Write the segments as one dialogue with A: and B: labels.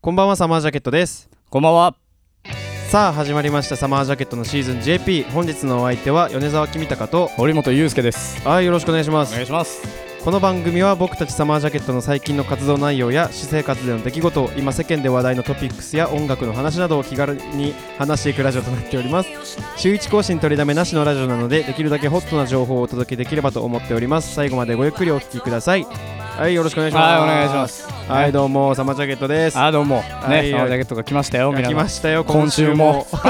A: こんばんはサマージャケットです
B: こんばんは。
A: さあ始まりましたサマージャケットのシーズン JP 本日のお相手は米沢君高と
B: 堀本裕介です。
A: はいよろしくお願いします
B: いします。
A: この番組は僕たちサマージャケットの最近の活動内容や私生活での出来事今世間で話題のトピックスや音楽の話などを気軽に話していくラジオとなっております週一更新取りだめなしのラジオなのでできるだけホットな情報をお届けできればと思っております最後までごゆっくりお聞きくださいはいよろしくお願いします
B: はいお願いします
A: はいどうもサマージャケットです
B: あどうも。ね、
A: はい
B: サマージャケットが来ましたよ。皆
A: 来
B: さん
A: ましたよ
B: 今週も
A: 今週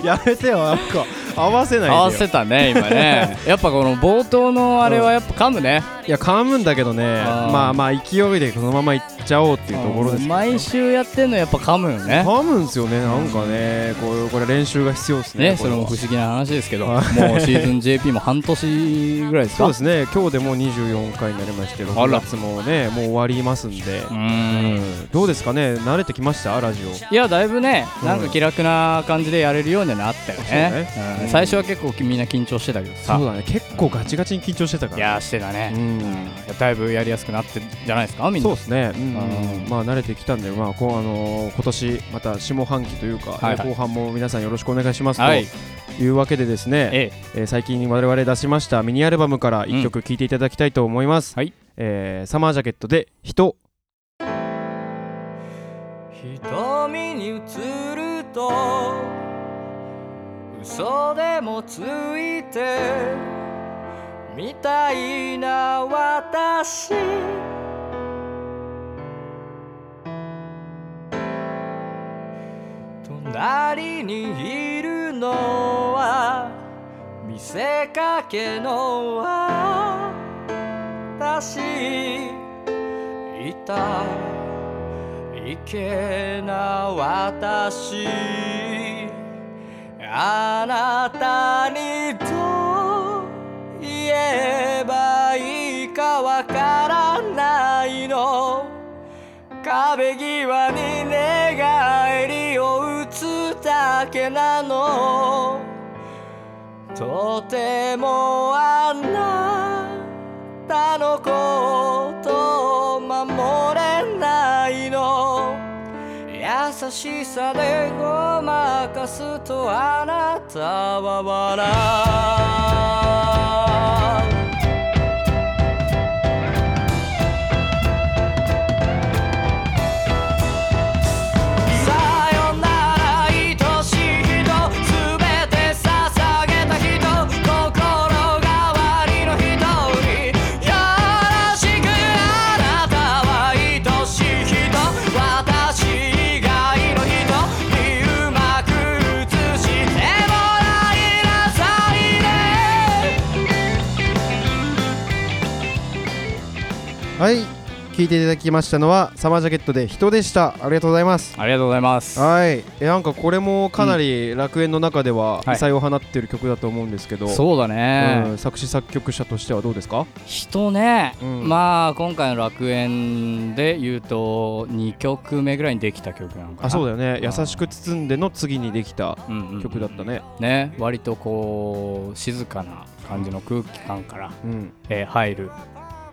A: も やめてよなんか合わせないでよ
B: 合わせたね、今ね。やっぱこの冒頭のあれはやっぱ噛むね。
A: いや噛むんだけどね
B: あー
A: まあまあ勢いでこのままいっちゃおうっていうところですけど
B: 毎週やってんのやっぱ噛むよね。
A: 噛むんですよねなんかねこうこれ練習が必要ですね
B: ね、
A: こ
B: そ
A: れ
B: れ
A: は
B: も不思議な話ですけど、も
A: は
B: う
A: い
B: シーズン JP も半年ぐらいですか。
A: そうですね今日でもう24回になりまして
B: あ
A: 6
B: ら
A: 月もねもう終わりますんで
B: うーん。
A: どうですかね慣れてきましたラジオ
B: いやだいぶね、
A: うん
B: なんか気楽な感じでやれるようにはなったよね
A: そうね
B: うん
A: うん
B: 最初は結構みんな緊張してたけどさ
A: そうだね結構ガチガチに緊張してたか
B: い
A: ら
B: やーしてたね、
A: う
B: うん
A: ん
B: だいぶやりやすくなってんじゃないですかみん
A: そう
B: な
A: ですね、うん
B: うん
A: まあ慣れてきたんで、まあこうあのー今年また下半期というか、
B: はいはい
A: 後半も皆さんよろしくお願いします
B: はい
A: というわけでですね、
B: え
A: えー最近我々出しましたミニアルバムから1曲聴いていただきたいと思います、
B: はい
A: えーサマージャケットで「人
C: 瞳に映ると嘘でもついてみたいな私隣にいるのは見せかけの私いたいけな私あなたにどう言えばいいかわからないの壁際に寝返りを打つだけなのとてもあなたたのことを守れないの優しさでごまかすとあなたは笑うさよなら愛しい人すべて捧げた人心変わりの人によろしくあなたは愛しい人私以外の人にうまく映してもらいなさいね」
A: はい聴いていただきましたのはサマージャケットで「人でしたありがとうございます
B: ありがとうございます
A: はいえなんかこれもかなり楽園の中では
B: はい
A: 異彩を放っている曲だと思うんですけど、
B: そうだね、
A: うん作詞作曲者としてはどうですか
B: 人ね、
A: うん
B: まあ今回の楽園で言うと2曲目ぐらいにできた曲なのかな
A: あそう
B: だ
A: だよね「
B: あー
A: 優しく包んで」の次にできた曲だったね
B: ね割とこう静かな感じの空気感から、
A: うん
B: えー入る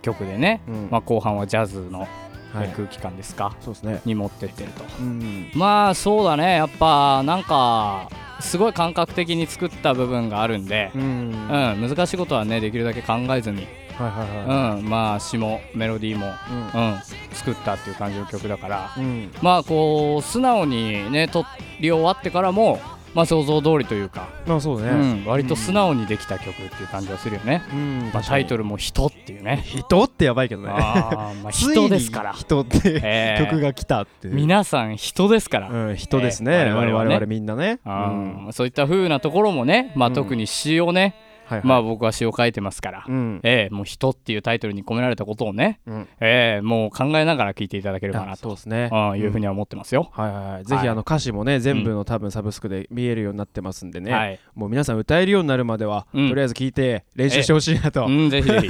B: 曲でね、
A: うん
B: まあ、後半はジャズの、えー
A: はい
B: 空気感ですか
A: そうですね
B: に持ってってると
A: うん
B: まあそうだねやっぱなんかすごい感覚的に作った部分があるんで、
A: うん
B: う
A: はい
B: ん、難しいことはねできるだけ考えずに
A: はいは
B: うん、まあ詞もメロディーも、
A: いうん
B: うん、作ったっていう感じの曲だから
A: うん
B: まあこう素直にね撮り終わってからも、まあ、想像通りというか、
A: まあそう
B: う
A: ね、
B: ん、割と素直にできた曲っていう感じがするよね、
A: うん
B: まあ、タイトルも「人」っていうね
A: 人ってやばいけどね
B: あー、まあ、
A: ついに
B: 人ですから、
A: 人って
B: えー
A: 曲が来たっていう、
B: 皆さん人ですから、
A: うん、人ですね、
B: えー
A: 我
B: 我々
A: 々
B: はね
A: みんなね、う
B: あ
A: ん
B: ーそういった風なところもね、まあ、
A: うん
B: 特に詩をね、
A: はいはい
B: まあ、僕は詩を書いてますから、
A: うん
B: ええもう「人」っていうタイトルに込められたことをね、
A: うん
B: ええもう考えながら聞いていただければ
A: あ
B: な
A: そ
B: と
A: うですね
B: あいうふうに
A: ん
B: は思ってますよ。
A: はいはいはい、ぜひあの歌詞もね全部の多分サブスクで見えるようになってますんでね、
B: はい、
A: もう皆さん歌えるようになるまでは、
B: うん
A: とりあえず聞いて練習してほしいなと、
B: うん、ぜひぜひ。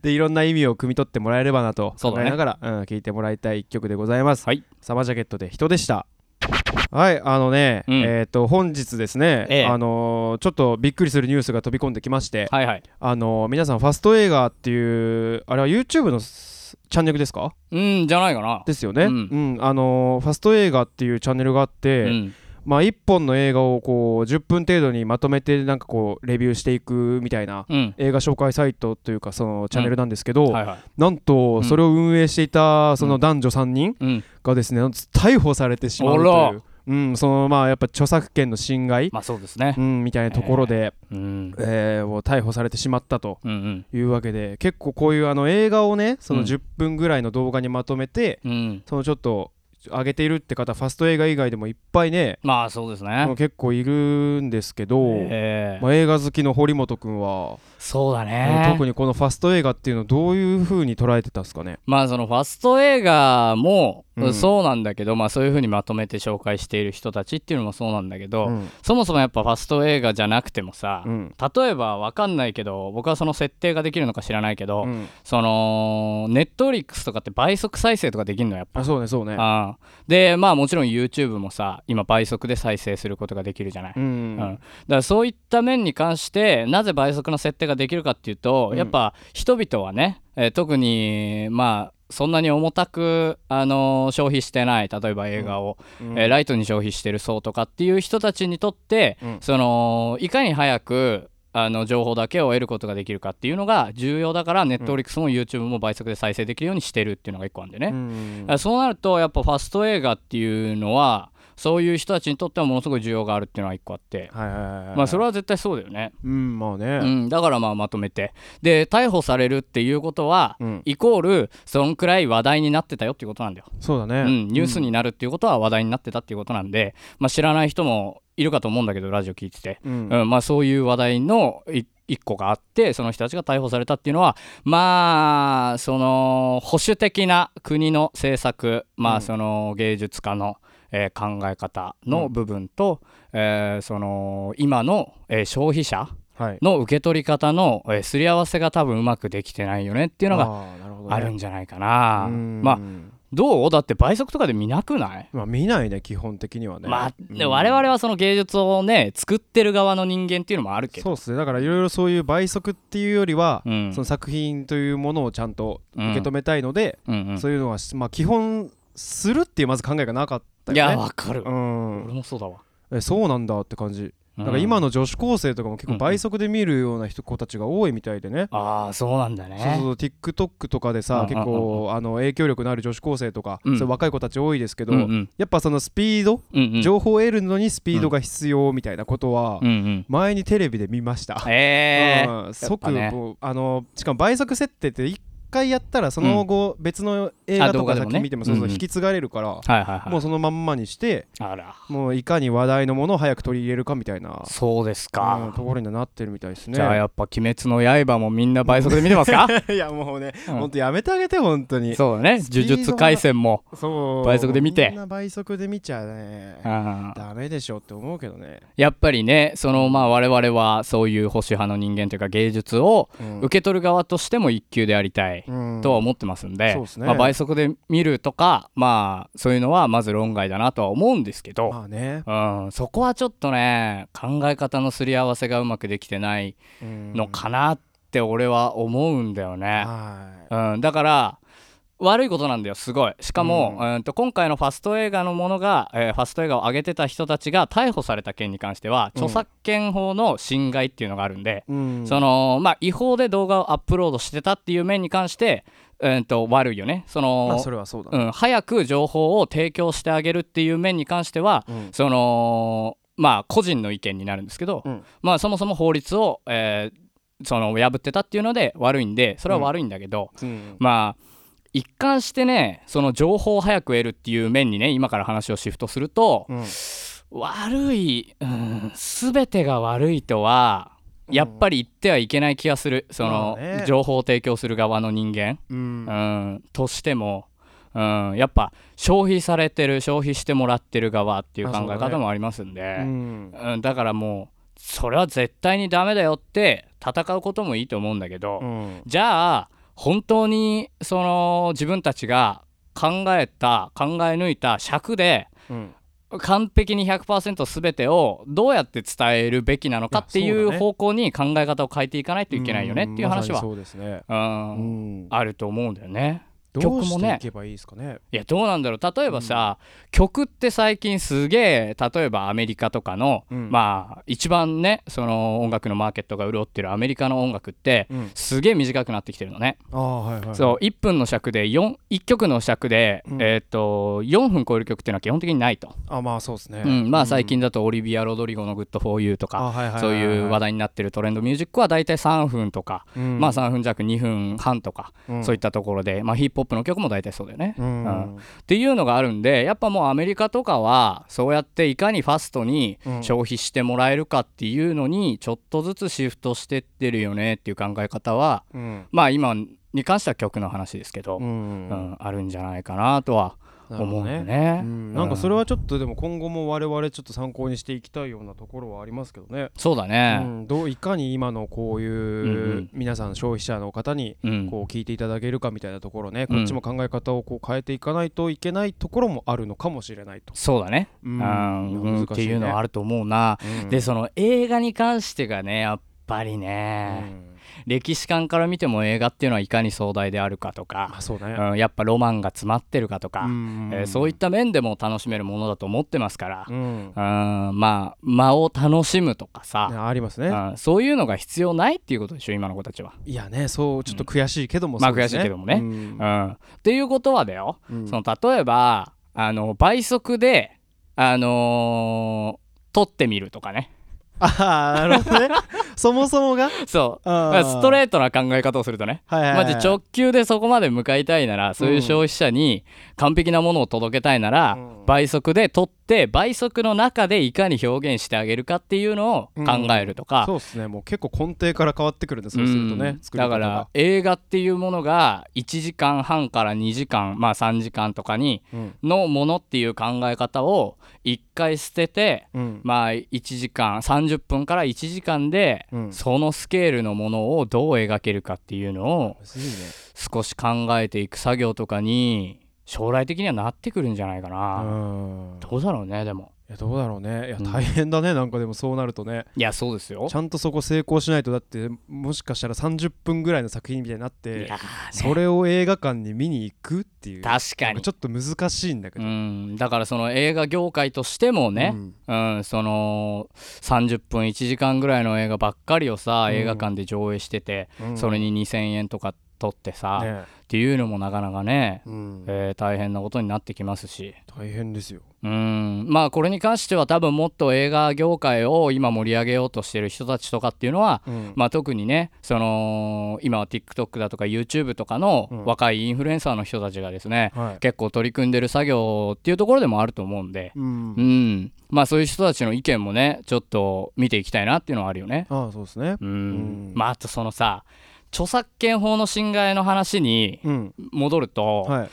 A: でいろんな意味を汲み取ってもらえればなと
B: そう
A: 考
B: だ
A: え
B: ね
A: ながらう、ん、聞いてもらいたい一曲でございます、
B: はい
A: サマージャケットで人でしたはいあのね、
B: うん
A: えっ、と本日ですね、
B: ええ
A: あのーちょっとびっくりするニュースが飛び込んできまして、
B: はいはい。
A: あのー皆さんファスト映画っていうあれは YouTube のチチャンネルですか
B: うんじゃないかな
A: ですよね、う
B: うんん
A: あのーファスト映画っていうチャンネルがあって、
B: うん
A: まあ、1本の映画をこう10分程度にまとめてなんかこうレビューしていくみたいな
B: うん
A: 映画紹介サイトというかそのチャンネルなんですけど、
B: はいはい
A: なんと
B: ん
A: それを運営していたその男女3人
B: うん
A: がですね逮捕されてしまうと
B: あ
A: い
B: ら
A: う、うん、そのまあやっぱ著作権の侵害、
B: まあそうですね
A: うん、みたいなところで、
B: うん
A: えーを逮捕されてしまったと
B: うんうん
A: いうわけで結構こういうあの映画をねその
B: うん
A: 10分ぐらいの動画にまとめて、
B: うん
A: そのちょっと上げているって方ファスト映画以外でもいっぱいね
B: まあそうです
A: あ
B: ね
A: の結構いるんですけど、
B: ええ
A: まあ、映画好きの堀本君は、
B: そうだ
A: あの特
B: ね
A: にこのファスト映画っていうのをどういう風に捉えてたんですかね
B: まあそのファスト映画も
A: うん
B: そうなんだけどまあそういうふうにまとめて紹介している人たちっていうのもそうなんだけ
A: う
B: ど
A: ん
B: そもそもやっぱファスト映画じゃなくてもさ
A: うん
B: 例えばわかんないけど僕はその設定ができるのか知らないけど、
A: うん
B: そのネットフリックスとかって倍速再生とかできるのやっぱ。
A: あそうねそうね
B: ああでまあもちろん YouTube もさ今倍速で再生することができるじゃない、
A: う
B: うんんだからそういった面に関してなぜ倍速の設定ができるかっていうと、
A: うん
B: やっぱ人々はね、えー特にまあそんなに重たく、あのー消費してない例えば映画を、
A: うん
B: えーライトに消費してる層とかっていう人たちにとって、
A: うん
B: そのいかに早くあの情報だけを得ることができるかっていうのが重要だからネットフリックスも YouTube も倍速で再生できるようにしてるっていうのが一個あるんでね、
A: うん
B: だからそうなるとやっぱファスト映画っていうのはそういう人たちにとってはものすごい需要があるっていうのが一個あって、
A: はいはいはいはい
B: まあそれは絶対そうだよね、
A: うんまあ
B: う
A: ね
B: ん、だからまあまとめてで逮捕されるっていうことは、
A: うん
B: イコールそんくらい話題になってたよっていうことなんだよ
A: そうだ
B: う
A: ね
B: ん、ニュースになるっていうことは話題になってたっていうことなんで、まあ、知らない人もいるかと思うんだけどラジオ聞いてて、
A: うん
B: うんまあ、そういう話題のい一個があってその人たちが逮捕されたっていうのはまあその保守的な国の政策、ま
A: うん
B: あ、その芸術家の、えー考え方の部分と、えーその今の、えー消費者
A: はい
B: の受け取り方の、えーすり合わせが多分うまくできてないよねっていうのが
A: あーなるほどね
B: あるんじゃないかな。
A: うん
B: まあどうだって倍速とかで見なくない
A: まあ見ないね基本的にはね
B: まあ、
A: うん
B: で我々はその芸術をね作ってる側の人間っていうのもあるけど
A: そうっすねだからいろいろそういう倍速っていうよりは、
B: うん
A: その作品というものをちゃんと受け止めたいので、
B: うんうん
A: そういうのは、まあ、基本するっていうまず考えがなかった
B: い
A: よね
B: やわかる、
A: うん
B: 俺もそうだわ、
A: えそうなんだって感じ
B: うん
A: なんか今の女子高生とかも結構倍速で見るような人子たちが多いみたいでね、
B: ああそうなんだね
A: そうそうそう TikTok とかでさ、
B: うん
A: 結構あの影響力のある女子高生とか、
B: うん
A: そういう若い子たち多いですけど、
B: うんうん
A: やっぱそのスピード、
B: うんうん
A: 情報を得るのにスピードが必要みたいなことは
B: うんうん
A: 前にテレビで見ました、
B: ええ
A: うん即、
B: ぱね
A: もうあのしかも倍速設定って一回やったらその後別の映
B: あ
A: 画と
B: 動画
A: か
B: で
A: さっ
B: もね
A: き見てもそうそう
B: うんうん
A: 引き継がれるから、
B: はいはいはい
A: もうそのまんまにして
B: あら
A: もういかに話題のものを早く取り入れるかみたいな、
B: そうです
A: うん
B: か、
A: ところにはなってるみたいですね
B: じゃあやっぱ「鬼滅の刃」もみんな倍速で見てま すか、
A: いやもうね、
B: う
A: ほん、本
B: ん
A: 当やめてあげて本当に
B: そうだね
A: スピー
B: 呪
A: ドが
B: 術廻戦も
A: そう
B: 倍速で見て
A: みんな倍速で見ちゃね
B: うん
A: ダメでしょって思うけどね、
B: やっぱりねそのまあ我々はそういう保守派の人間というか芸術を
A: うん
B: 受け取る側としても一級でありたい、
A: うん
B: とは思ってますんで,、
A: そうですね
B: まあ、倍速で見るとか、まあ、そういうのはまず論外だなとは思うんですけど、
A: まあね、
B: うん、そこはちょっとね考え方のすり合わせがうまくできてない
A: うん
B: のかなって俺は思うんだよね、
A: は
B: うん、だから悪いことなんだよすごいしかも、
A: う
B: うん、と今回のファスト映画のものが、えーファスト映画を上げてた人たちが逮捕された件に関しては
A: うん
B: 著作権法の侵害っていうのがあるんで、
A: い、うん
B: そのまあ違法で動画をアップロードしてたっていう面に関して、うん、と悪いよねその、
A: まあそれはそうだ
B: う
A: ね、
B: ん、早く情報を提供してあげるっていう面に関しては、
A: うん
B: そのまあ個人の意見になるんですけど、
A: うん
B: まあそもそも法律を、えーその破ってたっていうので悪いんでそれは悪いんだけど、
A: うん
B: まあ一貫してねその情報を早く得るっていう面にね今から話をシフトすると、
A: うん
B: 悪い、うん、全てが悪いとはやっぱり言ってはいけない気がする、その、
A: まあね
B: 情報を提供する側の人間、
A: うん
B: うん、としても、うん、やっぱ消費されてる消費してもらってる側っていう考え方もありますんで
A: う
B: だ,、
A: ん
B: うん、だからもうそれは絶対にダメだよって戦うこともいいと思うんだけど、
A: うん
B: じゃあ本当にその自分たちが考えた考え抜いた尺で
A: うん
B: 完璧に100%全てをどうやって伝えるべきなのかってい
A: いやそう
B: う
A: だね
B: 方向に考え方を変えていかないといけないよねっていう話は、
A: んまさにそうですねう
B: う
A: んん
B: あると思うんだよね。
A: ど
B: 曲
A: う
B: も
A: し
B: ね
A: ていけばいいですかね
B: いやどうなんだろう例えばさ、曲って最近すげえ例えばアメリカとかの、
A: うん
B: まあ一番ねその音楽のマーケットが潤ってるアメリカの音楽って、
A: うん
B: すげえ短くなってきてるのね、
A: ああはいはい
B: そう1分の尺で4 1曲の尺で、
A: うん
B: えーっと4分超える曲っていうのは基本的にないと、
A: あまあそうですね、
B: うんまあ最近だとオリビア・ロドリゴの「GoodForYou」とか
A: あはいははは
B: そういう話題になってるトレンドミュージックは大体3分とか、
A: うん
B: まあ3分弱2分半とか、
A: うん
B: そういったところで、まあ、ヒップホップの曲も大体そうだよね、
A: う
B: うん
A: ん
B: っていうのがあるんでやっぱもうアメリカとかはそうやっていかにファストに
A: うん
B: 消費してもらえるかっていうのにちょっとずつシフトしてってるよねっていう考え方は
A: うん
B: まあ今に関しては曲の話ですけど、
A: う
B: うん
A: ん
B: あるんじゃないかなとは
A: なるほ
B: 思う
A: ど
B: んで
A: ね
B: ね。
A: うんなんかそれはちょっとでも今後も我々ちょっと参考にしていきたいようなところはありますけどね、
B: そうだ
A: う
B: ね、
A: ん、どういかに今のこう
B: んう
A: いうん皆さん消費者の方に
B: うん
A: こう聞いていただけるかみたいなところね、
B: うん
A: こっちも考え方をこう変えていかないといけないところもあるのかもしれないと。
B: そうだね、
A: う
B: うんんうんっていうのはあ
A: る。
B: ると思うな。
A: うん
B: でその映画に関してがねやっぱりね、歴史観から見ても映画っていうのはいかに壮大であるかとか
A: まあ、そうだね。
B: うん、やっぱロマンが詰まってるかとか、えーそうい
A: い
B: った面でも楽しめるものだと思ってますから、
A: うん、ね
B: うんまあ間を楽しむとかさ、
A: ありますね。
B: うんそういうのが必要ないっていうことでしょ今の子たちは。
A: いやね、そうちょっと悔しいけども、
B: まあ
A: そうです
B: 悔しいけどもね
A: うん
B: うん、っていうことはだよ、
A: うん
B: その例えばあの倍速で、あのー撮ってみるとかね
A: ああ、なるほど ね。そもそもが、
B: そうス
A: ス
B: トレ
A: ー
B: ートな考え方をするとね
A: ト、はいはいはい
B: まず直球でそこまで向かいたいならそういう消費者に完璧なものを届けたいなら、
A: うん
B: 倍速で撮って倍速の中でいかに表現してあげるかっていうのを考えるとか、
A: そうですね、もう結構根底から変わってくるんで、そうすると
B: う
A: ね
B: ん、
A: 作り
B: だ
A: 方が
B: から、映画っていうものが1時間半から2時間まあ3時間とかに
A: うん
B: のものっていう考え方を1回捨てて
A: うん
B: まあ1時間30分から1時間で
A: うん
B: そのスケールのものをどう描けるかっていうのを
A: むずいね。
B: 少し考えていく作業とかに将来的にはなってくるんじゃないか
A: う
B: な、
A: ん
B: どうだろうねでも
A: いやどうだろうねいや
B: うん
A: 大変だね、なんかでもそうなるとね
B: いやそうですよ
A: ちゃんとそこ成功しないとだってもしかしたら30分ぐらいの作品みたいになっ
B: い
A: て
B: やーね
A: それを映画館に見に行くっていう
B: 確か
A: なん
B: に
A: ちょっと難しいんだけ
B: う
A: ど、
B: ん、だからその映画業界としてもね、うんその30分1時間ぐらいの映画ばっかりをさ
A: うん
B: 映画館で上映してて、
A: うん、
B: それに2,000円とか取ってさ、
A: ね
B: っていうのもなかなかね、
A: うん
B: えー大変なことになってきますし、
A: 大変ですよ、
B: うん、まあこれに関しては多分もっと映画業界を今盛り上げようとしてる人たちとかっていうのは
A: うん
B: まあ、特にねその今は TikTok だとか YouTube とか
A: う
B: の
A: ん
B: 若いインフルエンサーの人たちがですね、
A: はい
B: 結構取り組んでる作業っていうところでもあると思うんで、
A: うん
B: うんまあ、そういう人たちの意見もねちょっと見ていきたいなっていうのはあるよね。
A: ああそうですね
B: うん
A: うん
B: まあ、あとそのさ著作権法の侵害の話に
A: うん、
B: 戻ると、
A: はい、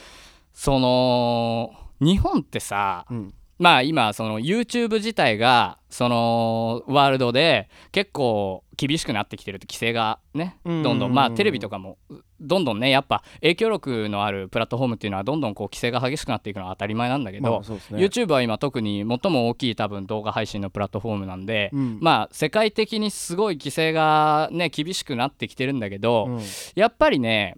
B: その日本ってさ
A: うん
B: まあ今その YouTube 自体がそのワールドで結構厳しくなってきてると規制がね
A: う
B: ど
A: ん
B: んどんまあテレビとかもどんどんねやっぱ影響力のあるプラットフォームっていうのはどんどんこう規制が激しくなっていくのは当たり前なんだけ
A: ま
B: ど
A: あ、そうですね
B: YouTube は今特に最も大きい多分動画配信のプラットフォームなんで
A: うん
B: まあ世界的にすごい規制がね厳しくなってきてるんだけど
A: うん
B: やっぱりね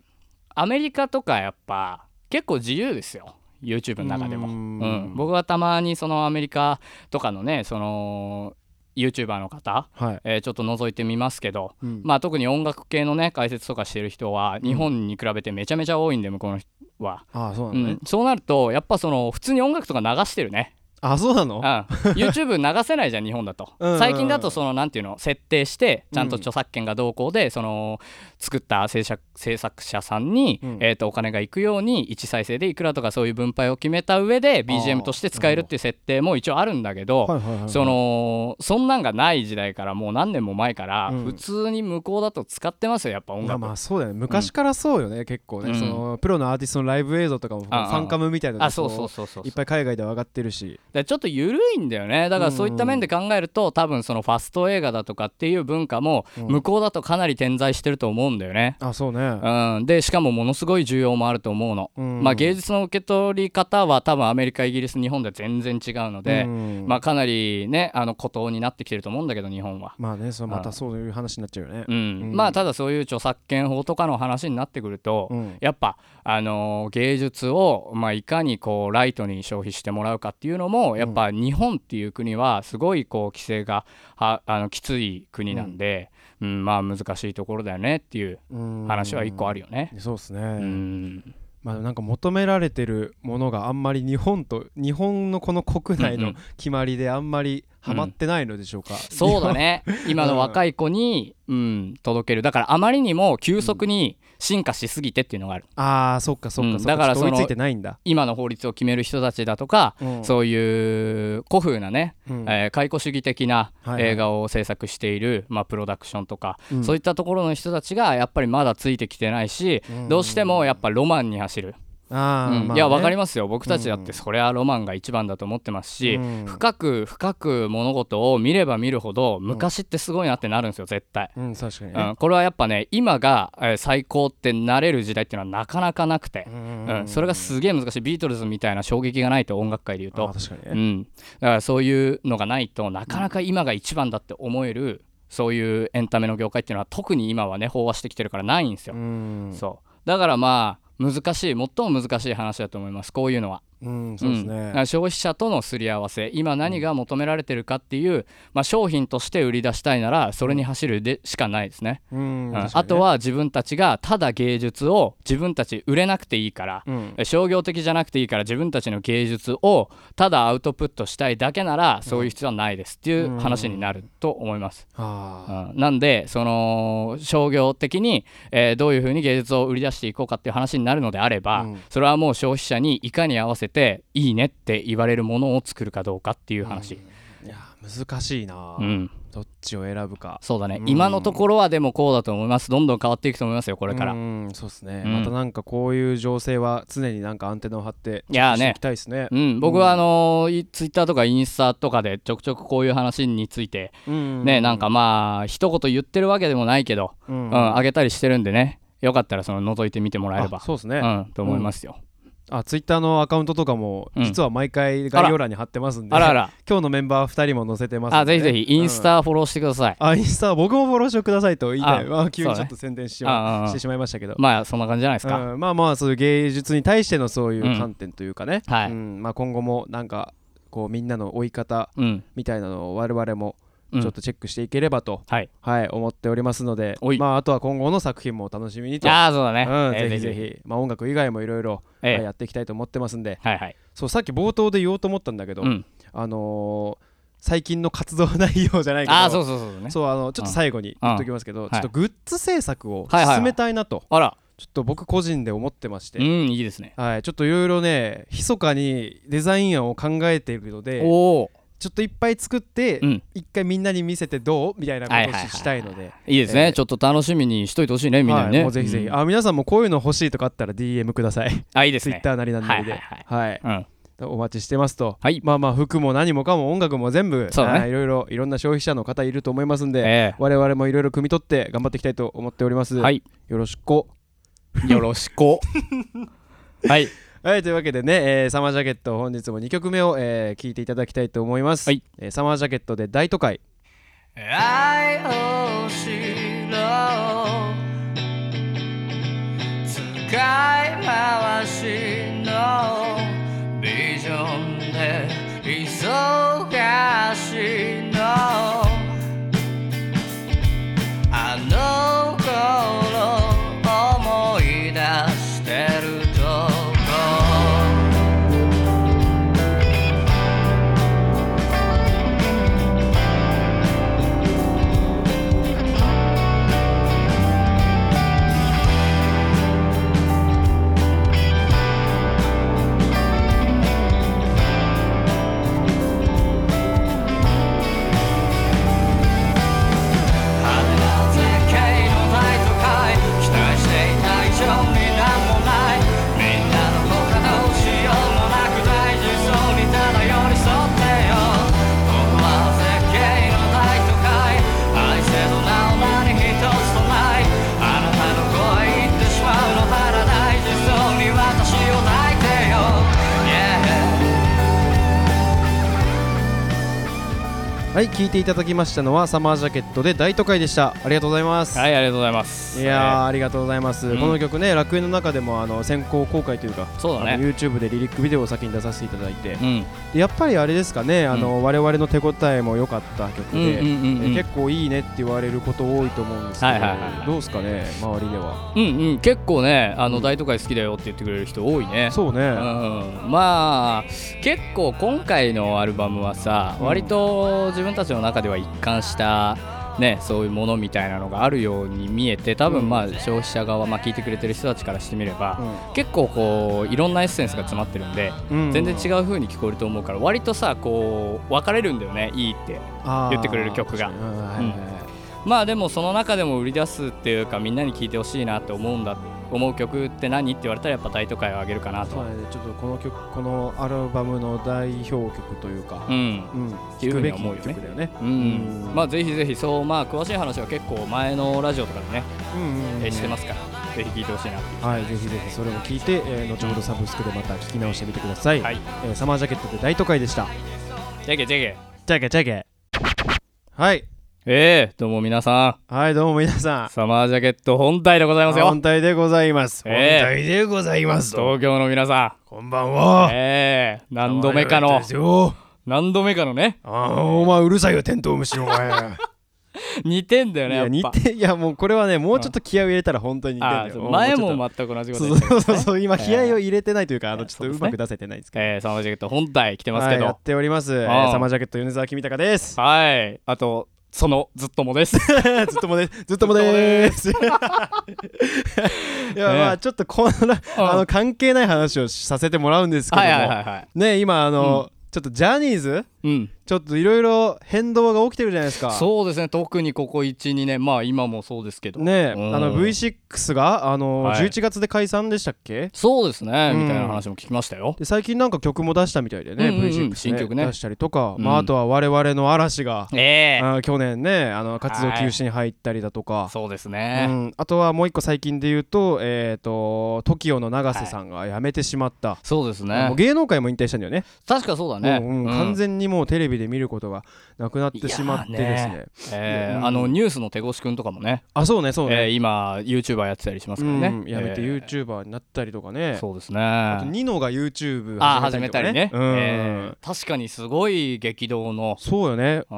B: アメリカとかやっぱ結構自由ですよ YouTube の中でも、
A: う
B: うんん僕はたまにそのアメリカとかのねその YouTuber の方、
A: はい、
B: えーちょっと覗いてみますけど、
A: うん
B: まあ、特に音楽系のね解説とかしてる人は日本に比べてめちゃめちゃ多いんで向こうの人は、
A: ああそう
B: う
A: なのね、
B: ん、そうなるとやっぱその普通に音楽とか流してるね、
A: ああそうな
B: う
A: の
B: ん、YouTube 流せないじゃん日本だと
A: うんうんうん
B: 最近だとそのなんていうの設定してちゃんと著作権が同行でその作った制作制作者さんに
A: うん
B: えーとお金がいくように1再生でいくらとかそういう分配を決めた上で BGM として使えるっていう設定も一応あるんだけど
A: はいはいはい、
B: そのそんなんがない時代からもう何年も前から
A: うん
B: 普通に向こうだと使ってますよやっぱ音
A: まあ
B: 楽、
A: まあそうだよね昔からそうよね、結構ね、
B: うん
A: そのプロのアーティストのライブ映像とかもフ
B: ああ
A: ァンカムみたいなのが
B: あそうそうそうそう
A: いっぱい海外では上がってるし
B: でちょっと緩いんだよねだからそういった面で考えると、多分そのファスト映画だとかっていう文化も
A: うん
B: 向こうだとかなり点在してると思うんだよね。
A: あそうね、
B: うん、でしかもものすごい需要もあると思うの。
A: うん
B: まあ、芸術の受け取り方は多分アメリカイギリス日本では全然違うので、
A: うん
B: まあ、かなりねあの孤島になってきてると思うんだけど日本は。
A: まあねそのまたそういう話になっちゃうよね
B: うん
A: うん
B: まあただそういう著作権法とかの話になってくると、
A: うん
B: やっぱ、あのー芸術を、まあ、いかにこうライトに消費してもらうかっていうのもやっぱ日本っていう国はすごいこう規制がはあのきつい国なんで、うんまあ難しいところだよねっていう
A: うん
B: 話は一個あるよね。
A: そうですね、
B: うん
A: まあなんか求められてるものがあんまり日本と日本のこの国内
B: うんう
A: の
B: ん
A: 決まりであんまりハマってないのでしょうか、
B: そうだね今の若い子に、うん、届けるだからあまりにも急速に進化しすぎてっていうのがある
A: ああそっかそっか、
B: うん
A: そっ
B: だから
A: ちょっと
B: その
A: 追いついてないんだ、
B: 今の法律を決める人たちだとか、
A: うん
B: そういう古風なね、
A: うん
B: えー解雇主義的な
A: はいはい
B: 映画を制作している、まあ、プロダクションとか、
A: うん
B: そういったところの人たちがやっぱりまだついてきてないし、
A: うん
B: どうしてもやっぱロマンに走る、
A: あー、
B: うん
A: まあね
B: いやわかりますよ僕たちだってそれはロマンが一番だと思ってますし、
A: うん
B: 深く深く物事を見れば見るほど昔ってすごいなってなるんですよ絶対。
A: うん確かに
B: う
A: ね
B: ん、これはやっぱね今が、えー最高ってなれる時代っていうのはなかなかなくて、
A: ん
B: うん、それがすげえ難しいビートルズみたいな衝撃がないと音楽界で言う
A: あー
B: と、
A: 確かにね、
B: うん、だからそういうのがないとなかなか今が一番だって思えるそういうエンタメの業界っていうのは特に今はね飽和してきてるからないんですよ、
A: うん
B: そうだからまあ難しい最も難しい話だと思いますこういうのは
A: うん、そうですね、
B: んだから消費者とのすり合わせ今何が求められてるかっていう、まあ、商品として売り出したいならそれに走るでしかないですね、
A: うん
B: うん
A: 確かにね
B: あとは自分たちがただ芸術を自分たち売れなくていいから、
A: うん
B: 商業的じゃなくていいから自分たちの芸術をただアウトプットしたいだけならそういう必要はないですっていう話になると思います。
A: あー
B: うんなんでその商業的に、えーどういうふうに芸術を売り出していこうかっていう話になるのであれば、
A: うん
B: それはもう消費者にいかに合わせていいねって言われるものを作るかどうかっていう話。
A: いや難しいな、
B: うん
A: どっちを選ぶか
B: そうだね、
A: うん
B: 今のところはでもこうだと思いますどんどん変わっていくと思いますよこれから、
A: うんそうですね、
B: うん
A: またなんかこういう情勢は常になんかアンテナを張って
B: いやーね
A: していきたいですね
B: うん、僕はあのツイッターとかインスタとかでちょくちょくこういう話について、
A: うん
B: ねなんかまあ一言言ってるわけでもないけど、
A: う
B: うんんあげたりしてるんでねよかったらその覗いてみてもらえれば
A: あそうですね、
B: うん、と思いますよ、
A: あツイッターのアカウントとかも
B: うん
A: 実は毎回概要欄に貼ってますんで、
B: あらあら
A: 今日のメンバー2人も載せてますんでね、
B: あぜひぜひインスタフォローしてください、
A: うん、あインスタ僕もフォローしてくださいと言いたい
B: あ
A: まあ急に
B: そう
A: ち
B: ね
A: ょっと宣伝し,、
B: あああ
A: してしまいましたけど、
B: まあそんな感じじゃないですか、
A: うんまあまあそういう芸術に対してのそうい
B: うん
A: う観点というかね、
B: はい
A: うんまあ、今後もなんかこうみんなの追い方
B: うん、
A: みたいなのを我々も
B: うん、
A: ちょっとチェックしていければと、
B: はい
A: はい、思っておりますので
B: おい、
A: まあ、あとは今後の作品もお楽しみにと、
B: ああそうだね、
A: うん、
B: えー
A: ぜひぜひ、まあ、音楽以外もいろいろ
B: ええ
A: やっていきたいと思ってますんで、
B: はいはい
A: そうさっき冒頭で言おうと思ったんだけど、
B: うん
A: あのー最近の活動内容じゃないけど、
B: ああそうそうそうね
A: そうあのちょっと最後に言っときますけど、
B: ん
A: ちょっとグッズ制作を
B: はいはいはい
A: 進めたいなと、
B: あら
A: ちょっと僕個人で思ってまし
B: うん
A: て、
B: いいですね
A: はい、ちょっといろいろね、密かにデザイン案を考えているので、
B: おお
A: ちょっといっぱい作って、
B: うん
A: 一回みんなに見せてどうみたいなこ
B: はいはい
A: と
B: はい
A: をししたいので。
B: いいですね、
A: えー
B: ちょっと楽しみにしといてほしいねみんなにね、
A: はい、もうぜひぜひ、
B: うん
A: あ皆さんもこういうの欲しいとかあったら DM ください、
B: あいいです
A: ツイッ
B: ね
A: ターなりなんなりで
B: は
A: はいい、
B: はいうん
A: お待ちしてますと、
B: はい
A: まあまあ服も何もかも音楽も全部
B: そうだね
A: はいいろいろいろんな消費者の方いると思いますんで、
B: え
A: 我々もいろいろ汲み取って頑張っていきたいと思っております、
B: ーはい
A: よろしく
B: よろしく はい
A: はいというわけでね、えーサマージャケット本日も2曲目を、えー聞いていただきたいと思います、
B: はい
A: えーサマージャケットで大都会
C: 愛を知ろう使い回しのビジョンで忙しいのあの頃思い出してるとこ
A: はい聞いていただきましたのはサマージャケットで大都会でしたありがとうございます、、
B: はいいありがとうございます
A: やー、ありがとうございます、
B: うん
A: この曲ね楽園の中でもあの先行公開というか
B: えーそうだ
A: あの
B: ね
A: YouTube でリリックビデオを先に出させていただいて、
B: うん
A: でやっぱりあれですかねあの、我々の手応えも良かった曲
B: うんうん
A: で、
B: うんう
A: え
B: ん
A: 結構いいねって言われること多いと思うんですけど、
B: はいはいはいはい
A: どうですかね周りでは
B: うんうん結構ねあ
A: う
B: の
A: ん
B: 大都会好きだよって言ってくれる人多いね
A: そうね、
B: うんまあ結構今回のアルバムはさ
A: うん
B: 割と自分たちの中では一貫したねそういうものみたいなのがあるように見えて多
A: うん
B: 分まあ消費者側まあ聞いてくれてる人たちからしてみれば
A: う
B: 結構こういろんなエッセンスが詰まってるんで
A: ん
B: 全然違う風に聞こえると思うから割とさこう分かれるんだよねいいって
A: あー
B: 言ってくれる曲が
A: 確かにうんはいはいはい
B: まあでもその中でも売り出すっていうかみんなに聞いてほしいなって思うんだ思う曲って何って言われたらやっぱ大都会をあげるかな
A: そう
B: と
A: だねちょっとこの曲このアルバムの代表曲というか
B: う、ん
A: うん、
B: てい
A: 聞
B: うふ
A: く
B: うに
A: べき
B: 思うよね
A: 曲だよね。
B: うん
A: うん
B: まあぜひぜひそうまあ詳しい話は結構前のラジオとかでね、
A: うん。
B: えーしてますすからぜひ聞いてほしいなって
A: はい、ぜひぜひそれも聞いて、えー後ほどサブスクでまた聞き直してみてください。
B: はい
A: えーサマージャケットで大都会でした。
B: ジャケジャケ
A: ジャケジャケ。はい、
B: ええどうも皆さ
A: はい、どうも皆さ
B: ん
A: ん。
B: サマージャケット本体でございますよ
A: 本体でございます。
B: えー
A: 本体でございますと。
B: 東京の皆さ
A: こんばん
B: ん
A: は。
B: ええ何度目か
A: 騒いで
B: の
A: ですよ
B: 何度目かのね
A: あーお前うるさいよテントウムシお前い
B: 似てんだよねや
A: や
B: っ
A: 似
B: ぱ
A: ていやもうこれはねもうちょっと気合を入れたら本当に似てる
B: あ
A: んだ
B: そ
A: よ
B: う前
A: うちょっと
B: も全く同じこと
A: そ
B: 言
A: う
B: って
A: そうそう
B: う
A: そう、今
B: えー
A: 気合を入れてないというか、あ
B: え
A: の
B: ー
A: ちょっとうまく出せてないですけど。
B: ええサマージャケット本体来てます
A: は
B: け
A: い、
B: ど
A: やっております。え
B: あ
A: ー
B: あ
A: サマージャケット米沢君高です。
B: はい。あと、そのずっと もです。
A: ずっともで、ずっともでーす。いや、
B: ね
A: まあ、ちょっとこんな、あの関係ない話をさせてもらうんですけど
B: はいはいは
A: も。
B: いはい。
A: ね、今、あの、ちょっとジャニーズ、
B: うん、
A: ちょっといろいろ変動が起きてるじゃないですか。
B: そうですね特にここ12年まあ今もそうですけど、
A: ね、
B: うん
A: あの V6 があの、
B: はい
A: 11月で解散でしたっけ
B: そうですね、
A: うん
B: みたいな話も聞きましたよ
A: で最近なんか曲も出したみたいでね、
B: うんうんうん
A: V6 ね
B: 新曲ね
A: 出したりとか、
B: うん
A: まあ、あとは我々の嵐が
B: ええ
A: あー去年ねあの活動休止に入ったりだとか、
B: そうです
A: う
B: ね、
A: ん、あとはもう一個最近で言うと,、えー、と TOKIO の永瀬さんが辞めてしまった、
B: そうです
A: も
B: ね
A: う芸能界も引退したんだよね
B: 確かそうだね、
A: もううん
B: うん
A: 完全にもうテレビで見ることがなくなってしまってですね
B: いやええ
A: うん
B: あのニュースの手越くんとかもね
A: あそうねそう
B: ええ
A: ね、
B: 今 YouTuber やってたりしますからね、
A: うん、辞めて
B: ええ
A: YouTuber になったりとかね、
B: そうです
A: あと
B: ね
A: ニノが YouTube
B: あ
A: 始
B: 始
A: め
B: め
A: た
B: た
A: りとか
B: り
A: ね
B: ね、
A: うん
B: ええ確かにすごい激動の
A: そうよね
B: う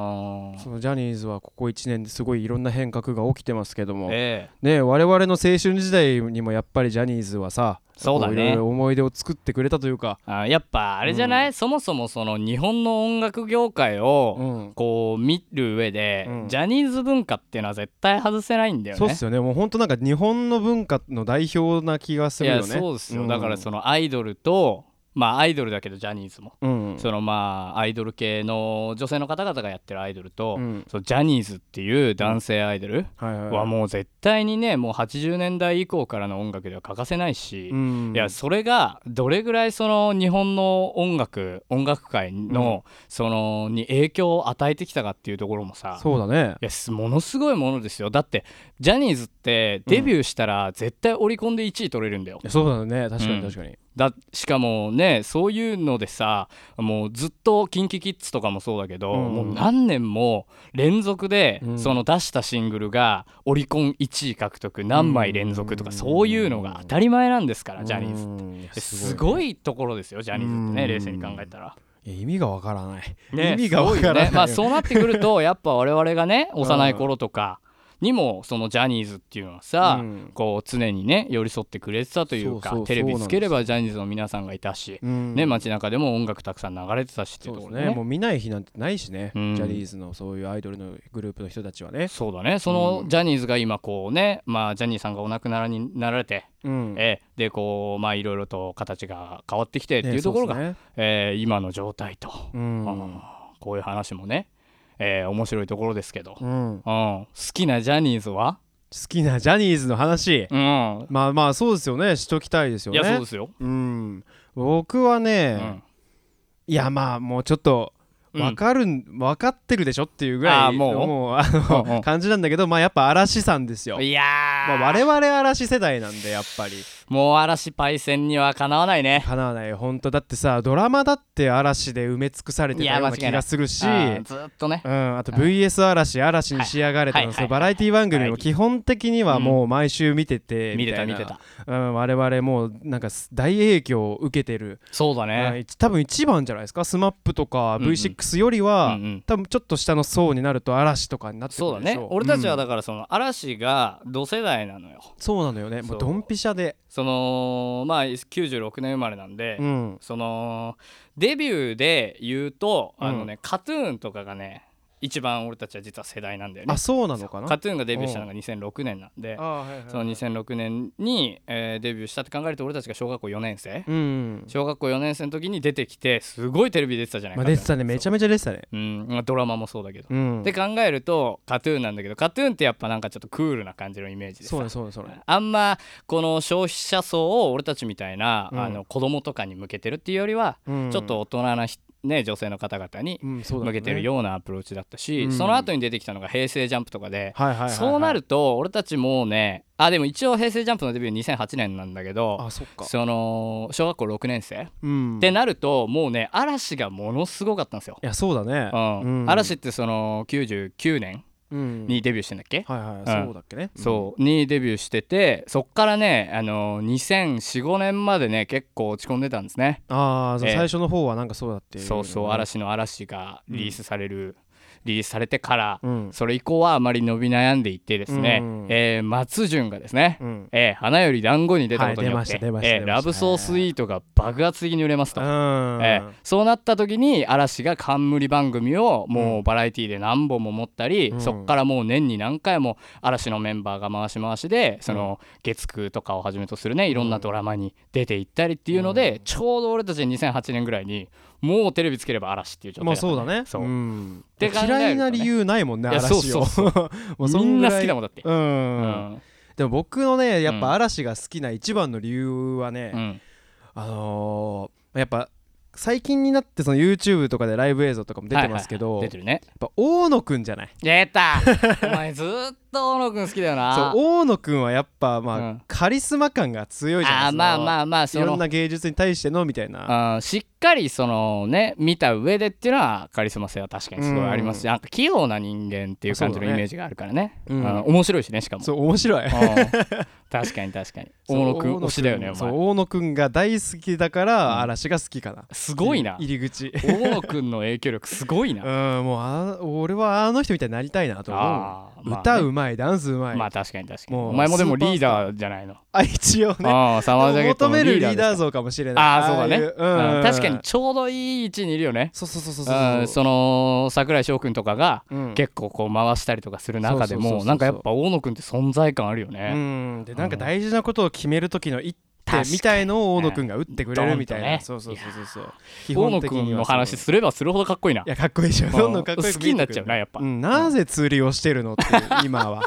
B: ん
A: そのジャニーズはここ1年ですごいいろんな変革が起きてますけども、
B: ええ
A: ね我々の青春時代にもやっぱりジャニーズはさ
B: そうだね
A: こいろいろ思い出を作ってくれたというか、
B: あやっぱあれじゃない、そもそもその日本の音楽業界を、
A: うん
B: こう見る上で、
A: うん
B: ジャニーズ文化っていうのは絶対外せないんだよね。
A: そうっすよねもうほんとなんか日本の文化の代表な気がす
B: い
A: るよ
B: や
A: ね
B: そうですよ、だからそ
A: の
B: のアイドルとまあアイドルだけどジャニーズも、
A: うん
B: そのまあアイドル系の女性の方々がやってるアイドルと、
A: うん
B: そのジャニーズっていう男性アイドル
A: はいはい
B: はもう絶対にねもう80年代以降からの音楽では欠かせないし、
A: うん
B: いやそれがどれぐらいその日本の音楽音楽界の、そのに影響を与えてきたかっていうところもさ
A: そうだね
B: いやすものすごいものですよだってジャニーズってデビューしたら絶対オリコンで1位取れるんだよ、
A: いやそうだね確か
B: う
A: に
B: ん
A: 確かに、
B: だしかもねそういうのでさもうずっと KinKiKids とかもそうだけど、
A: うん
B: もう何年も連続で、
A: うん
B: その出したシングルがオリコン1位獲得何枚連続とか、
A: うん
B: そういうのが当たり前なんですから、ジャニーズ
A: ー
B: ですす
A: ごい
B: ごいところですよジャニーズって
A: う
B: ね
A: ん
B: 冷静に考えたら、
A: いや意味がわからない、
B: ね、
A: 意味がわから
B: すご
A: ない
B: よねまあ、そうなってくるとやっぱ我々がね幼い頃とかにもそのジャニーズっていうのはさ、
A: うん
B: こう常にね寄り添ってくれてたというか
A: そうそうそう
B: テレビつければジャニーズの皆さんがいたし、
A: うん
B: ね、街中でも音楽たくさん流れてたしってい
A: そう
B: うと
A: で
B: こ
A: す
B: ろで
A: ね
B: ね
A: もう見ない日なんてないしね、
B: うん
A: ジャニーズのそういうアイドルのグループの人たちはね、
B: そうだねそのジャニーズが今こうね、まあ、ジャニーさんがお亡くなりになられて、
A: うん
B: ええでこうまあいろいろと形が変わってきてっていうところが、
A: ねそうっすね
B: ええ今の状態と、
A: うん
B: こういう話もね、ええ面白いところですけど、
A: うん好
B: うん、好きなジャニーズは、
A: きなジャニーズの話
B: うん、
A: まあまあそうですよねしときたいですよ
B: い
A: ね
B: やそうですよ、
A: うん僕はね、
B: うん
A: いやまあもうちょっと
B: うん
A: 分かるん、分かってるでしょっていうぐら
B: あ
A: い
B: ーもう
A: あの、
B: うんうん
A: 感じなんだけどまあやっぱ嵐さんですよ、
B: いやー、
A: まあ、我々嵐世代なんでやっぱり
B: もう嵐パイセンにはかなわないね
A: 叶わないよ本当だってさドラマだって嵐で埋め尽くされて
B: い
A: た
B: や
A: よう
B: 間違
A: ない気
B: ない
A: がするし
B: あーずっとね
A: うん、あと VS 嵐嵐に仕上がれ
B: は
A: た
B: いは
A: の
B: い
A: そうバラエティ番組も基本的にはもう毎週見てて
B: 見
A: みた
B: てた
A: いな
B: 見てた
A: うん、我々もうなんかす大影響を受けてる、
B: そうだ
A: うん
B: ね
A: 一多分一番じゃないですか SMAP とか
B: うんうん
A: V6 よりは、
B: うんうん
A: 多分ちょっと下の層になると嵐とかになってく
B: そうだ
A: るでしょ
B: ね俺たちは
A: うん
B: だからその嵐が同世代なのよ
A: そうなのよねも
B: そうう
A: ドンピシャで、
B: そのまあ96年生まれなんで、
A: うん、
B: そのデビューで言うと
A: うん
B: あのね、カトゥーンとかがね一番俺たちは実は世代なんだよね
A: あそうなのかな
B: カトゥーンがデビューしたのが2006年なんで
A: あはいはいはい
B: その2006年に、えーデビューしたって考えると俺たちが小学校4年生、
A: うん
B: 小学校4年生の時に出てきてすごいテレビ出てたじゃない
A: ま
B: か
A: あ、出てたねめちゃめちゃ出てたね
B: うんまあドラマもそうだけど、
A: うん
B: で考えるとカトゥーンなんだけどカトゥーンってやっぱなんかちょっとクールな感じのイメージでさ
A: そうねそうねそうね
B: あんまこの消費者層を俺たちみたいな、
A: うん
B: あの子供とかに向けてるっていうよりは、
A: うん
B: ちょっと大人なひ、ね、女性の方々に
A: うんそうだね
B: 向けてるようなアプローチだったし、
A: うん
B: その後に出てきたのが「平成ジャンプ」とかで、
A: はいはいはいはい
B: そうなると俺たちもうねあでも一応「平成ジャンプ」のデビュー2008年なんだけど
A: あそっか
B: その小学校6年生っ
A: うん
B: てなるともうね嵐がものすごかったんですよ。
A: いやそうだね
B: うん
A: うん
B: 嵐ってその99年
A: うん
B: にデビューしてんだっけ、
A: はいはい、
B: うん
A: そうだっけね
B: そうにデビューしててそっからね、あの200445年までね結構落ち込んでたんですね
A: うんああ、そう
B: ええ
A: 最初の方はなんかそうだってい
B: そうそう嵐の嵐がリリースされる、リリースされてから、
A: うん
B: それ以降はあまり伸び悩んでいってですね、
A: うん
B: えー松潤がですね、
A: うん
B: えー花より団子に出たことによって、
A: はい出ました出ました
B: え
A: 出
B: ー
A: ました
B: ラブソースイートが爆発的に売れますと、
A: うん
B: えーそうなった時に嵐が冠番組をもうバラエティで何本も持ったり、
A: うん
B: そっからもう年に何回も嵐のメンバーが回し回しでその月9とかをはじめとするねいろんなドラマに出ていったりっていうので、ちょうど俺たち2008年ぐらいにもうテレビつければ嵐っていう状態
A: まあ
B: った
A: そうだね
B: そう
A: うん
B: て考えるとね
A: 嫌いな理由ないもんね
B: いや
A: 嵐を
B: そうそう
A: もうそ
B: みん
A: ぐ
B: な
A: らい
B: 好きだもんだって、
A: うん、
B: うん
A: でも僕のねやっ
B: う
A: ぱ
B: ん
A: 嵐が好きな一番の理由はね、
B: うん
A: あのーやっぱ最近になってその YouTube とかでライブ映像とかも出てますけど、
B: はいはいはい出てるね
A: やっぱ大野くんじゃない
B: 出 たお前ずーっと大野くん好きだよな
A: そう大野くんはやっぱまあ、
B: うん
A: カリスマ感が強いじゃない
B: あー
A: ですか
B: まあまあまあそ
A: いろん
B: の
A: な芸術に対してのみたいな
B: あーしっかりそのね見た上でっていうのはカリスマ性は確かにすごいありますし、なんか器用な人間っていう感じ
A: そう
B: の
A: だ
B: イ
A: ね
B: メージがあるからね
A: うん
B: あの面白いしねしかも
A: そう面白い
B: うん確かに確かに
A: そう
B: 大野くん推しだよねお
A: そう
B: 前
A: 大野くんが大好きだから嵐が好きかな、
B: すごいな
A: 入り口
B: 大野くんの影響力すごいな
A: うんもうあ俺はあの人みたいになりたいなと思う、
B: あーまあね
A: 歌うまいダンスうまい、
B: まあ確かに確かに
A: もう
B: お前もでもリーダーじゃないの、
A: あ一応ね
B: ああサマージャケット
A: 求
B: の
A: める
B: リー
A: リ
B: ダー
A: ー
B: ですか
A: ダー像かもしれない
B: ああそうだね
A: いうん
B: うん確かにちょうどいい位置にいるよね
A: そうそうそうそうそう
B: う
A: そ
B: んその桜井翔くんとかが
A: う、うん、
B: 結構こう回したりとかする中で
A: そうそうそうそう
B: も
A: そう
B: なんかやっぱ大野くんって存在感あるよ
A: う
B: ね。
A: んでなんか大事なことを決める時の一手
B: 確かに
A: みたいのを大野くんが打ってくれるみたいな、
B: ドンとね
A: そうそうそうそうそう
B: 大野くんの話
A: そう
B: すればするほどかっこいいな。
A: いやかっこいいでしょ
B: ん
A: どんどんかっこよく
B: 好きになっちゃうなやっぱ。
A: うん、なぜ釣りをしてるのって いう今は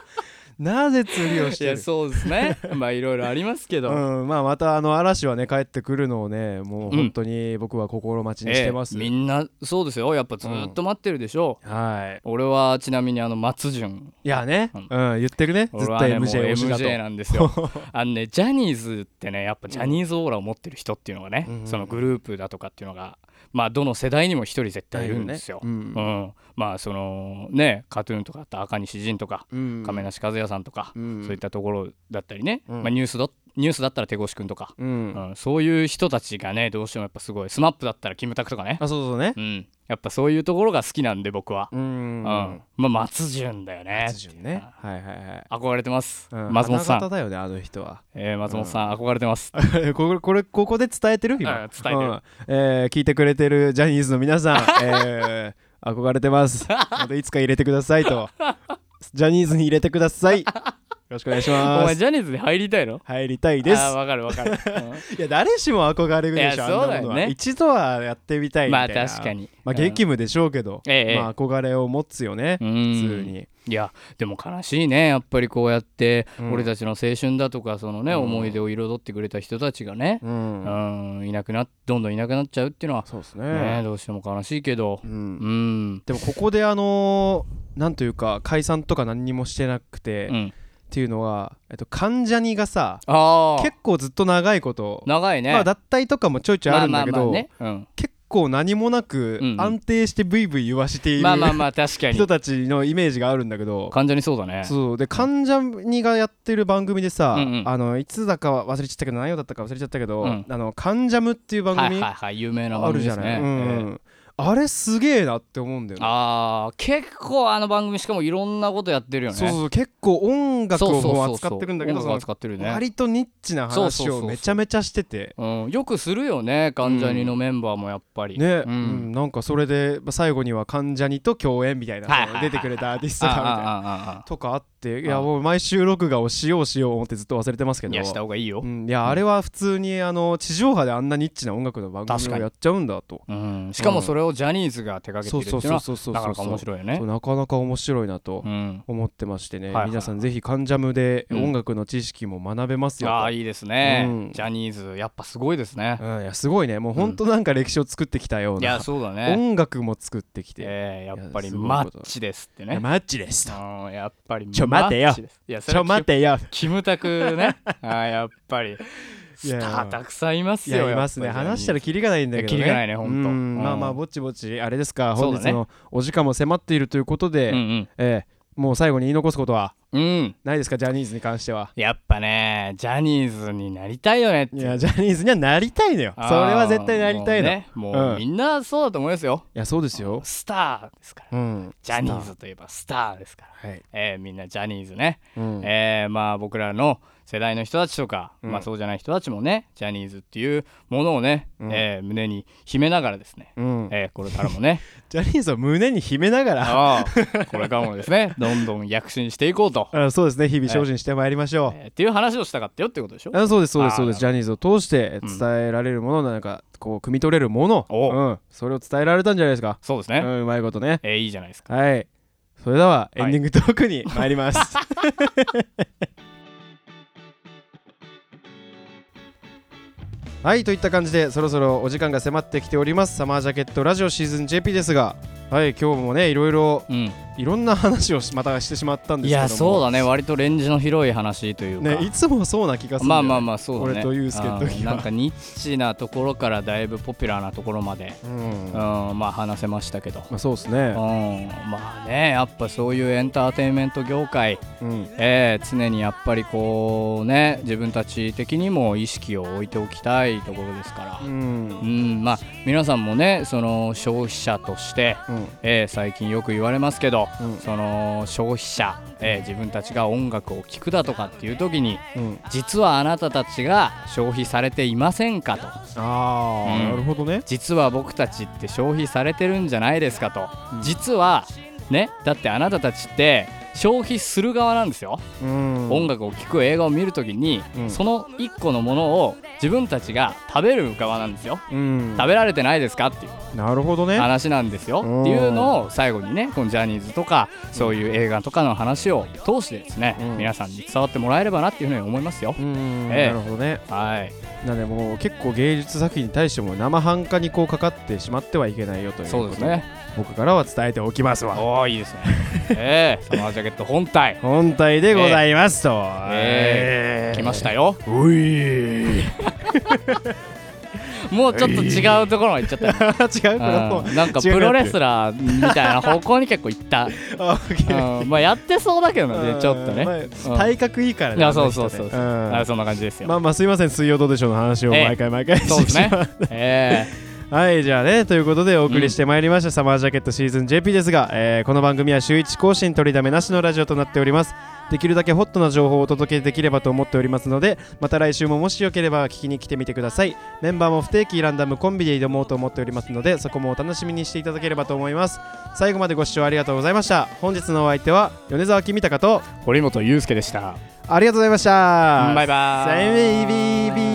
A: なぜ釣りをし
B: い
A: て
B: や
A: る
B: そうですね。まあいろいろありますけど。
A: うんまあ、またあの嵐はね帰ってくるのをねもう本当に僕は心待ちにしてます、
B: ええみんなそうですよやっぱずっと待ってるでしょ
A: は
B: う、俺はちなみにあの松潤
A: いいやね、う
B: うんん
A: 言ってるね
B: 俺
A: 絶
B: は
A: 対
B: ねもう
A: MJ 推しだと
B: MJ なんで すよあのねジャニーズってねやっぱジャニーズオーラを持ってる人っていうのがね、
A: うん
B: そのグループだとかっていうのがまあどの世代にも一人絶対いるんですよ、
A: だいぶね
B: う
A: うん
B: ん、まあそのねカトゥーンとかあった赤西仁とか
A: うん
B: 亀梨和也さんとか、
A: うん
B: そういったところだったりね、
A: うん
B: まあ、ニュースだニュースだったら手越くんとか、
A: う
B: うんんそういう人たちがねどうしてもやっぱすごい SMAP だったらキムタクとかね、
A: あそうそうね
B: うん、やっぱそういうところが好きなんで僕は、
A: う
B: うん
A: ん
B: まあ松潤だよね
A: 松潤ねはいはいはい
B: 憧れてます、
A: うん
B: 松本さ
A: 花形
B: ん、
A: だよねあの人は
B: えー松本さん憧れてます、
A: これこれここで伝えてる今、
B: うん伝えてる
A: んえー聞いてくれてるジャニーズの皆さん、えー憧れてますまたいつか入れてくださいとジャニーズに入れてくださいよろしくお願いし
B: お
A: ま
B: 前
A: す
B: ジャニーズに入りたいの
A: 入りたいです
B: あーわかるわかる、
A: いや誰しも憧れるでしょ
B: いや
A: あんなものは、
B: そうだよね
A: 一度はやってみたい
B: うん
A: みた
B: ま
A: い
B: あ
A: な
B: 確かに
A: まあ激務でしょうけど、
B: ええ
A: まあ憧れを持つよね、
B: うん
A: 普通に
B: いやでも悲しいねやっぱりこうやって
A: うん
B: 俺たちの青春だとかそのね、
A: うん
B: 思い出を彩ってくれた人たちがね、
A: うん、
B: うん、いなくなどんどんいなくなっちゃうっていうのは、
A: そうです
B: ね
A: ね
B: どうしても悲しいけど
A: う
B: うん
A: ん、
B: うん、
A: でもここであのーなんというか解散とか何にもしてなくて、っていうのは、えっと、関ジャニがさ
B: ああ
A: 結構ずっと長いこと、
B: 長いね、
A: まあ、脱退とかもちょいちょいあるんだけど、
B: まあまあまあねうん
A: 結構何もなく
B: うんうん
A: 安定してブイブイ言わしている、
B: まあまあまあ確かに
A: 人たちのイメージがあるんだけど
B: 完全にそうだね
A: そうで関ジャニがやってる番組でさ、
B: うんうん
A: あのいつだかは忘れちゃったけど何曜だったか忘れちゃったけど「
B: うん
A: あの関ジャム」っていう番
B: はい
A: 組
B: はいはい有名な
A: あ
B: 番
A: る
B: 組
A: じ
B: で
A: ゃ
B: す
A: ない、
B: ね、
A: うん
B: ええ
A: うんあれすげえなって思うんだよね
B: あー結構あの番組しかもいろんなことやってるよね
A: そうそう結構音楽
B: そう
A: を
B: そう
A: も
B: そう
A: う扱ってるんだけど
B: 音楽扱ってる
A: そ
B: よ
A: の
B: ね、
A: 割とニッチな
B: そうそう
A: 話
B: そう
A: を
B: そう
A: めちゃめちゃしてて
B: うん、よくするよね関ジャニのメンバーもやっぱり、
A: ね、
B: う
A: うんんなんかそれでまあ最後には関ジャニと共演みたいな
B: はいはいはい
A: 出てくれたアーティストが
B: あ
A: み
B: あ
A: たいな
B: あああ
A: とかあってい
B: あ
A: やもう毎週録画をしようしよう思ってずっと忘れてますけ
B: あい
A: ど
B: やした方がいいよ
A: う、ん、いやあれは普通にあの地上波であんなニッチな音楽の番
B: 確
A: 組
B: か
A: を
B: に
A: やっちゃうんだと
B: うん、しかもそれをジャニーズが手掛
A: そう
B: けてる
A: そう
B: ってい
A: そうそうそ
B: うのは
A: う
B: なかなか
A: そ
B: 面白いよね
A: うなかなか面白いなと
B: うん
A: 思ってましてね、
B: はいはいはい
A: 皆さんぜひ「関ジャム」で
B: うん
A: 音楽の知識も学べますよと、
B: ああいいですね、
A: うん
B: ジャニーズやっぱすごいですね、
A: うん、いやすごいねもうほんとなんか歴史を作ってきたよう
B: い
A: な、
B: やそうだね、
A: 音楽も作ってきて、
B: えー、やっぱり
A: いやすごい
B: マ
A: こと
B: ッチですって
A: いや
B: ね
A: マッチですと
B: うんやっぱり
A: ちょ待てよ
B: マッチですいやそ
A: ち
B: れは
A: ょ待てよ
B: キムタ クねあーやっぱりスターたくさんいます
A: い
B: よ
A: やいますね
B: やっぱり
A: 話したらキリがないんだけどね
B: いやキリがないねほんと
A: う
B: うん
A: まあまあぼちぼちあれですか
B: そう
A: 本
B: だね
A: 日のお時間も迫っているということで、
B: うん
A: えーもう最後に言い残すことは
B: うんうん
A: ないですかジャニーズに関しては
B: やっぱねジャニーズになりたいよねって
A: いやジャニーズにはなりたいのよそ
B: あ
A: れ
B: ー
A: は絶対なりたいの、
B: もう,、ね、もううんみんなそうだと思いますよ
A: いやそうですよ
B: スターですから
A: うん
B: ジャニーズといえばスターですから、
A: はい、
B: えーみんなジャニーズね、
A: うん
B: えーまあ僕らの世代の人たちとか、
A: うん
B: まあそうじゃない人たちもねジャニーズっていうものをね、
A: うん
B: えー胸に秘めながらですね、
A: うん
B: えーこれから もね
A: ジャニーズを胸に秘めながら
B: ああこれからもですねどんどん躍進していこうと、
A: あ そうですね日々精進してまいりましょう、
B: えーっていう話をしたかったよってことでしょ
A: あそうですそうです
B: あー
A: そうですジャニーズを通して
B: うん
A: 伝えられるものなんかこう汲み取れるもの、
B: お
A: うん、それを伝えられたんじゃないですか、
B: そうです
A: う
B: ね、
A: ん、うまいことね
B: えーいいじゃないですか
A: はいそれではエ
B: は
A: ン
B: い
A: ディングトークに参ります、 はいといった感じでそろそろお時間が迫ってきておりますサマージャケットラジオシーズン JP ですがはい今日もねいろいろ
B: うん
A: いろんな話をしまたしてしまったんです
B: い
A: けども
B: やそうだね割とレンジの広い話というか、
A: ねいつもそうな気がするんだ
B: ま
A: よ
B: あ
A: ね
B: まあまあそうだね
A: 俺とユースケの時は
B: うんなんかニッチなところからだいぶポピュラーなところまで、
A: うん
B: うん、まあ話せましたけど、
A: まあそうです
B: うん
A: ね、
B: まあねやっぱそういうエンターテインメント業界、
A: うん、
B: えー常にやっぱりこうね自分たち的にも意識を置いておきたいところですから、
A: う
B: うん
A: ん
B: まあ皆さんもねその消費者として、
A: うん
B: えー最近よく言われますけど、
A: うん
B: その消費者、えー自分たちが音楽を聴くだとかっていう時に
A: うん、
B: 実はあなたたちが消費されていませんかと
A: ああ、
B: うん
A: なるほどね
B: 実は僕たちって消費されてるんじゃないですかと、実はねだってあなたたちって消費する側なんですよ、
A: うん
B: 音楽を聴く映画を見るときに、
A: うん
B: その一個のものを自分たちが食べる側なんですよ
A: うん
B: 食べられてないですかっていう
A: なるほどね
B: 話なんですよ
A: うん
B: っていうのを最後にねこのジャニーズとかそういう映画とかの話を通してですね、
A: うん
B: 皆さんに伝わってもらえればなっていうふうに思いますよ、
A: うん、
B: え
A: な
B: え
A: るほどね
B: はい
A: なのでもう結構芸術作品に対しても生半可にこうかかってしまってはいけないよということ
B: そうですね
A: 僕からは伝えておきますわ
B: おおいいですね ええサマージャケット本体
A: 本体でございますと、
B: え来ましたよ
A: たう い違う
B: もうちょっと違うところまで行っちゃった よ
A: これもう
B: うんなんかプロレスラーみたいな方向に結構行った、
A: あオッケー
B: うんまあやってそうだけどねちょっとね、
A: まあ
B: うん
A: 体格いいから
B: い
A: ね
B: や
A: あ
B: そう
A: の
B: そ
A: 人
B: う
A: ね
B: そうそう、
A: ん
B: あそんな感じですよ、
A: まあまあすいません水曜どうでしょうの話を
B: ええ
A: 毎回毎回
B: そうです
A: して
B: ね
A: しまう
B: え
A: はいじゃあねということでお送りしてまいりました、サマージャケットシーズン JP ですが、えーこの番組は週1更新取りだめなしのラジオとなっておりますできるだけホットな情報をお届けできればと思っておりますのでまた来週ももしよければ聞きに来てみてくださいメンバーも不定期ランダムコンビで挑もうと思っておりますのでそこもお楽しみにしていただければと思います最後までご視聴ありがとうございました本日のお相手は米沢君高と
B: え堀本裕介でした
A: ありがとうございました
B: バイバーイ
A: さよなら